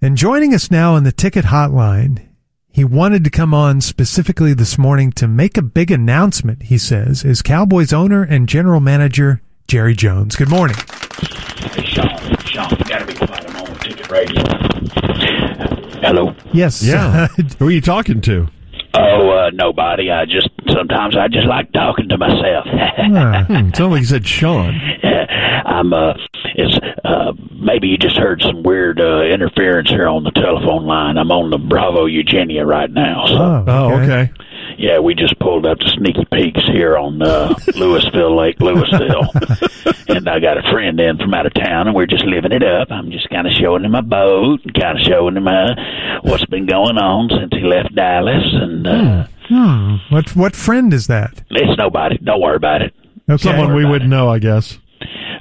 And joining us now on the ticket hotline, he wanted to come on specifically this morning to make a big announcement, he says, is Cowboys owner and general manager Jerry Jones. Good morning. Hey, Sean, Sean, you gotta be quiet. I'm on ticket radio. Hello. Yes. Yeah. Who are you talking to? Oh, uh, nobody. I just sometimes I just like talking to myself. Ah, Hmm, sounds like you said Sean. I'm uh, it's uh, maybe you just heard some weird uh, interference here on the telephone line. I'm on the Bravo Eugenia right now. So Oh, okay. yeah, we just pulled up to Sneaky Peaks here on uh, Louisville Lake, Louisville, and I got a friend in from out of town, and we're just living it up. I'm just kind of showing him my boat, and kind of showing him uh, what's been going on since he left Dallas, and. Uh, Hmm. What what friend is that? It's nobody. Don't worry about it. Okay. Someone we would know, I guess.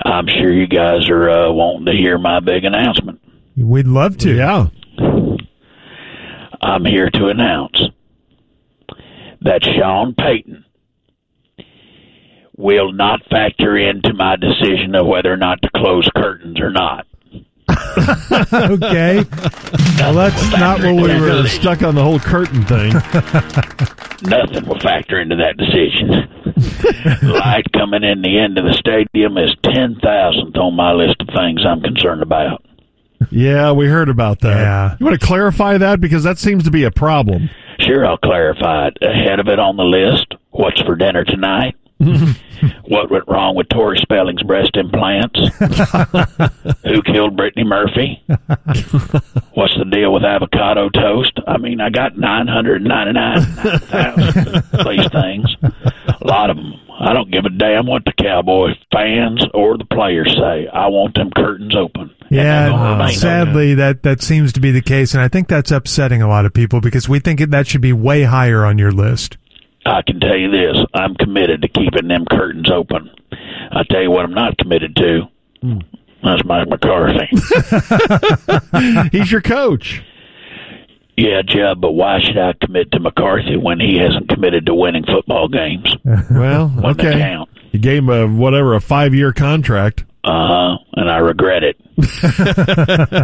I'm sure you guys are uh, wanting to hear my big announcement. We'd love to. Yeah. I'm here to announce that Sean Payton will not factor into my decision of whether or not to close curtains or not. Okay. well, that's not what We we were. were stuck on the whole curtain thing. Nothing will factor into that decision. Light coming in the end of the stadium is 10,000th on my list of things I'm concerned about. Yeah, we heard about that. Yeah. You want to clarify that because that seems to be a problem. Sure, I'll clarify it. Ahead of it on the list, what's for dinner tonight? what went wrong with Tori Spelling's breast implants? Who killed Brittany Murphy? what's the deal with avocado toast? I mean, I got 999,000 of these things. A lot of them. I don't give a damn what the Cowboy fans or the players say. I want them curtains open. And they're gonna Yeah, remain sadly, that, that seems to be the case, and I think that's upsetting a lot of people because we think that should be way higher on your list. I can tell you this: I'm committed to keeping them curtains open. I tell you what, I'm not committed to. That's Mike McCarthy. He's your coach. yeah, Jeb, but why should I commit to McCarthy when he hasn't committed to winning football games? Well, When they okay. count. You gave him a, whatever, a five year contract. Uh huh. And I regret it.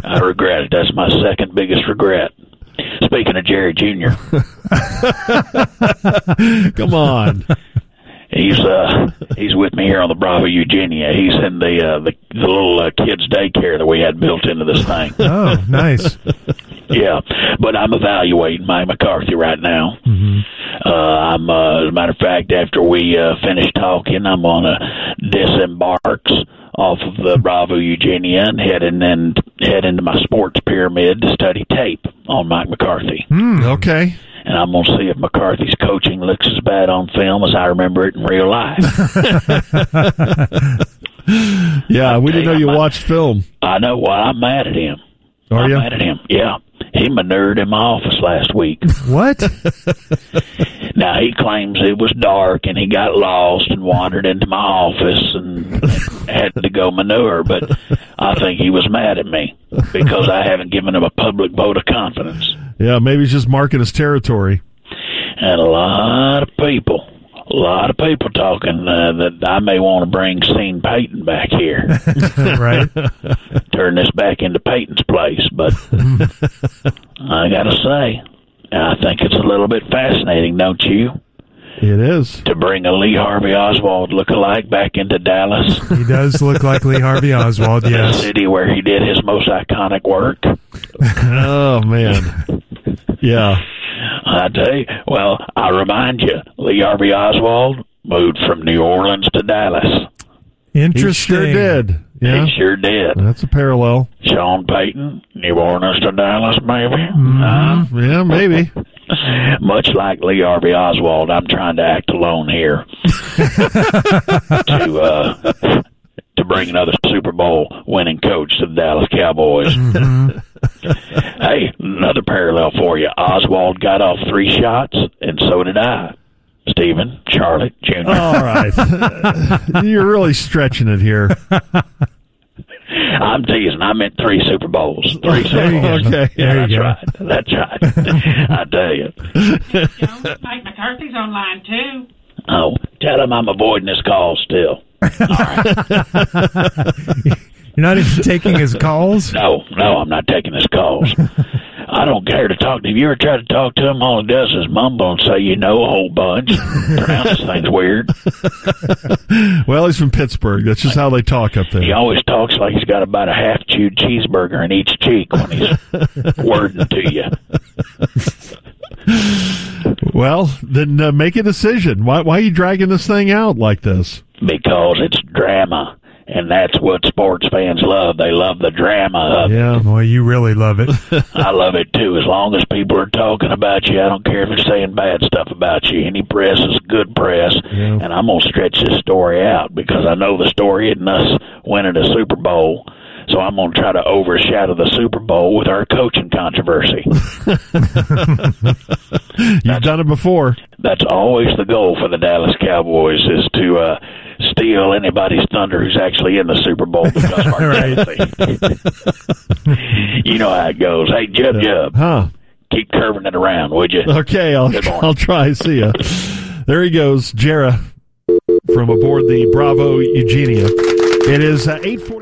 I regret it. That's my second biggest regret. Speaking of Jerry Jr., Come on. he's uh he's with me here on the Bravo Eugenia. He's in the uh, the, the little uh, kids daycare that we had built into this thing. Oh, nice. Yeah, but I'm evaluating Mike McCarthy right now. Mm-hmm. Uh, I'm, uh, as a matter of fact, after we uh, finish talking, I'm gonna disembarks off of the Bravo Eugenia and head in and head into my sports pyramid to study tape on Mike McCarthy, Hmm. Okay. and I'm gonna see if McCarthy's coaching looks as bad on film as I remember it in real life. Yeah, we didn't know you watched film. I know why I'm mad at him. Are I'm you? mad at him. Yeah, he manured in my office last week. What? Now he claims it was dark and he got lost and wandered into my office and had to go manure, but I think he was mad at me because I haven't given him a public vote of confidence. Yeah, maybe he's just marking his territory. And a lot of people, a lot of people talking uh, that I may want to bring Sean Payton back here, right? turn this back into Payton's place, but I got to say, I think it's a little bit fascinating, don't you? It is. to bring a Lee Harvey Oswald lookalike back into Dallas, He does look like Lee Harvey Oswald, the yes. city where he did his most iconic work. Oh, man. Yeah. I tell you, well, I remind you, Lee Harvey Oswald moved from New Orleans to Dallas. He Interesting. sure did. Yeah. He sure did. That's a parallel. Sean Payton, New Orleans to Dallas, maybe. Uh, Yeah, maybe. much like Lee Harvey Oswald, I'm trying to act alone here to uh, to bring another Super Bowl winning coach to the Dallas Cowboys. Mm-hmm. hey, another parallel for you. Oswald got off three shots, and so did I. Stephen, Charlotte, Junior. Oh. All right. You're really stretching it here. I'm teasing. I meant three Super Bowls. Three Super Bowls. Okay. Yeah, Oh, There that's you go. right. That's right. I tell you. Jones, Mike McCarthy's online too. Oh, tell him I'm avoiding this call still. You're not even taking his calls. No, no, I'm not taking his calls. I don't care to talk to him. You ever try to talk to him? All he does is mumble and say, you know, a whole bunch. Pronounce things weird. Well, he's from Pittsburgh. That's just how they talk up He there. always talks like he's got about a half chewed cheeseburger in each cheek when he's wording to you. Well, then uh, make a decision. Why, why are you dragging this thing out like this? because it's drama, and that's what sports fans love. They love the drama of it. Yeah. Boy, you really love it. I love it too. As long as people are talking about you, I don't care if they're saying bad stuff about you. Any press is good press, Yeah. and I'm gonna stretch this story out because I know the story isn't us winning a Super Bowl. So I'm gonna try to overshadow the Super Bowl with our coaching controversy. You've done it before. that's always the goal for the Dallas Cowboys is to uh, steal anybody's thunder who's actually in the Super Bowl because of our Right. jealousy. you know how it goes. Hey, Jub Jub, Huh. keep curving it around, would you? Okay, I'll, Good morning. I'll try. See ya. There he goes, Jera, from aboard the Bravo Eugenia. It is uh, 840.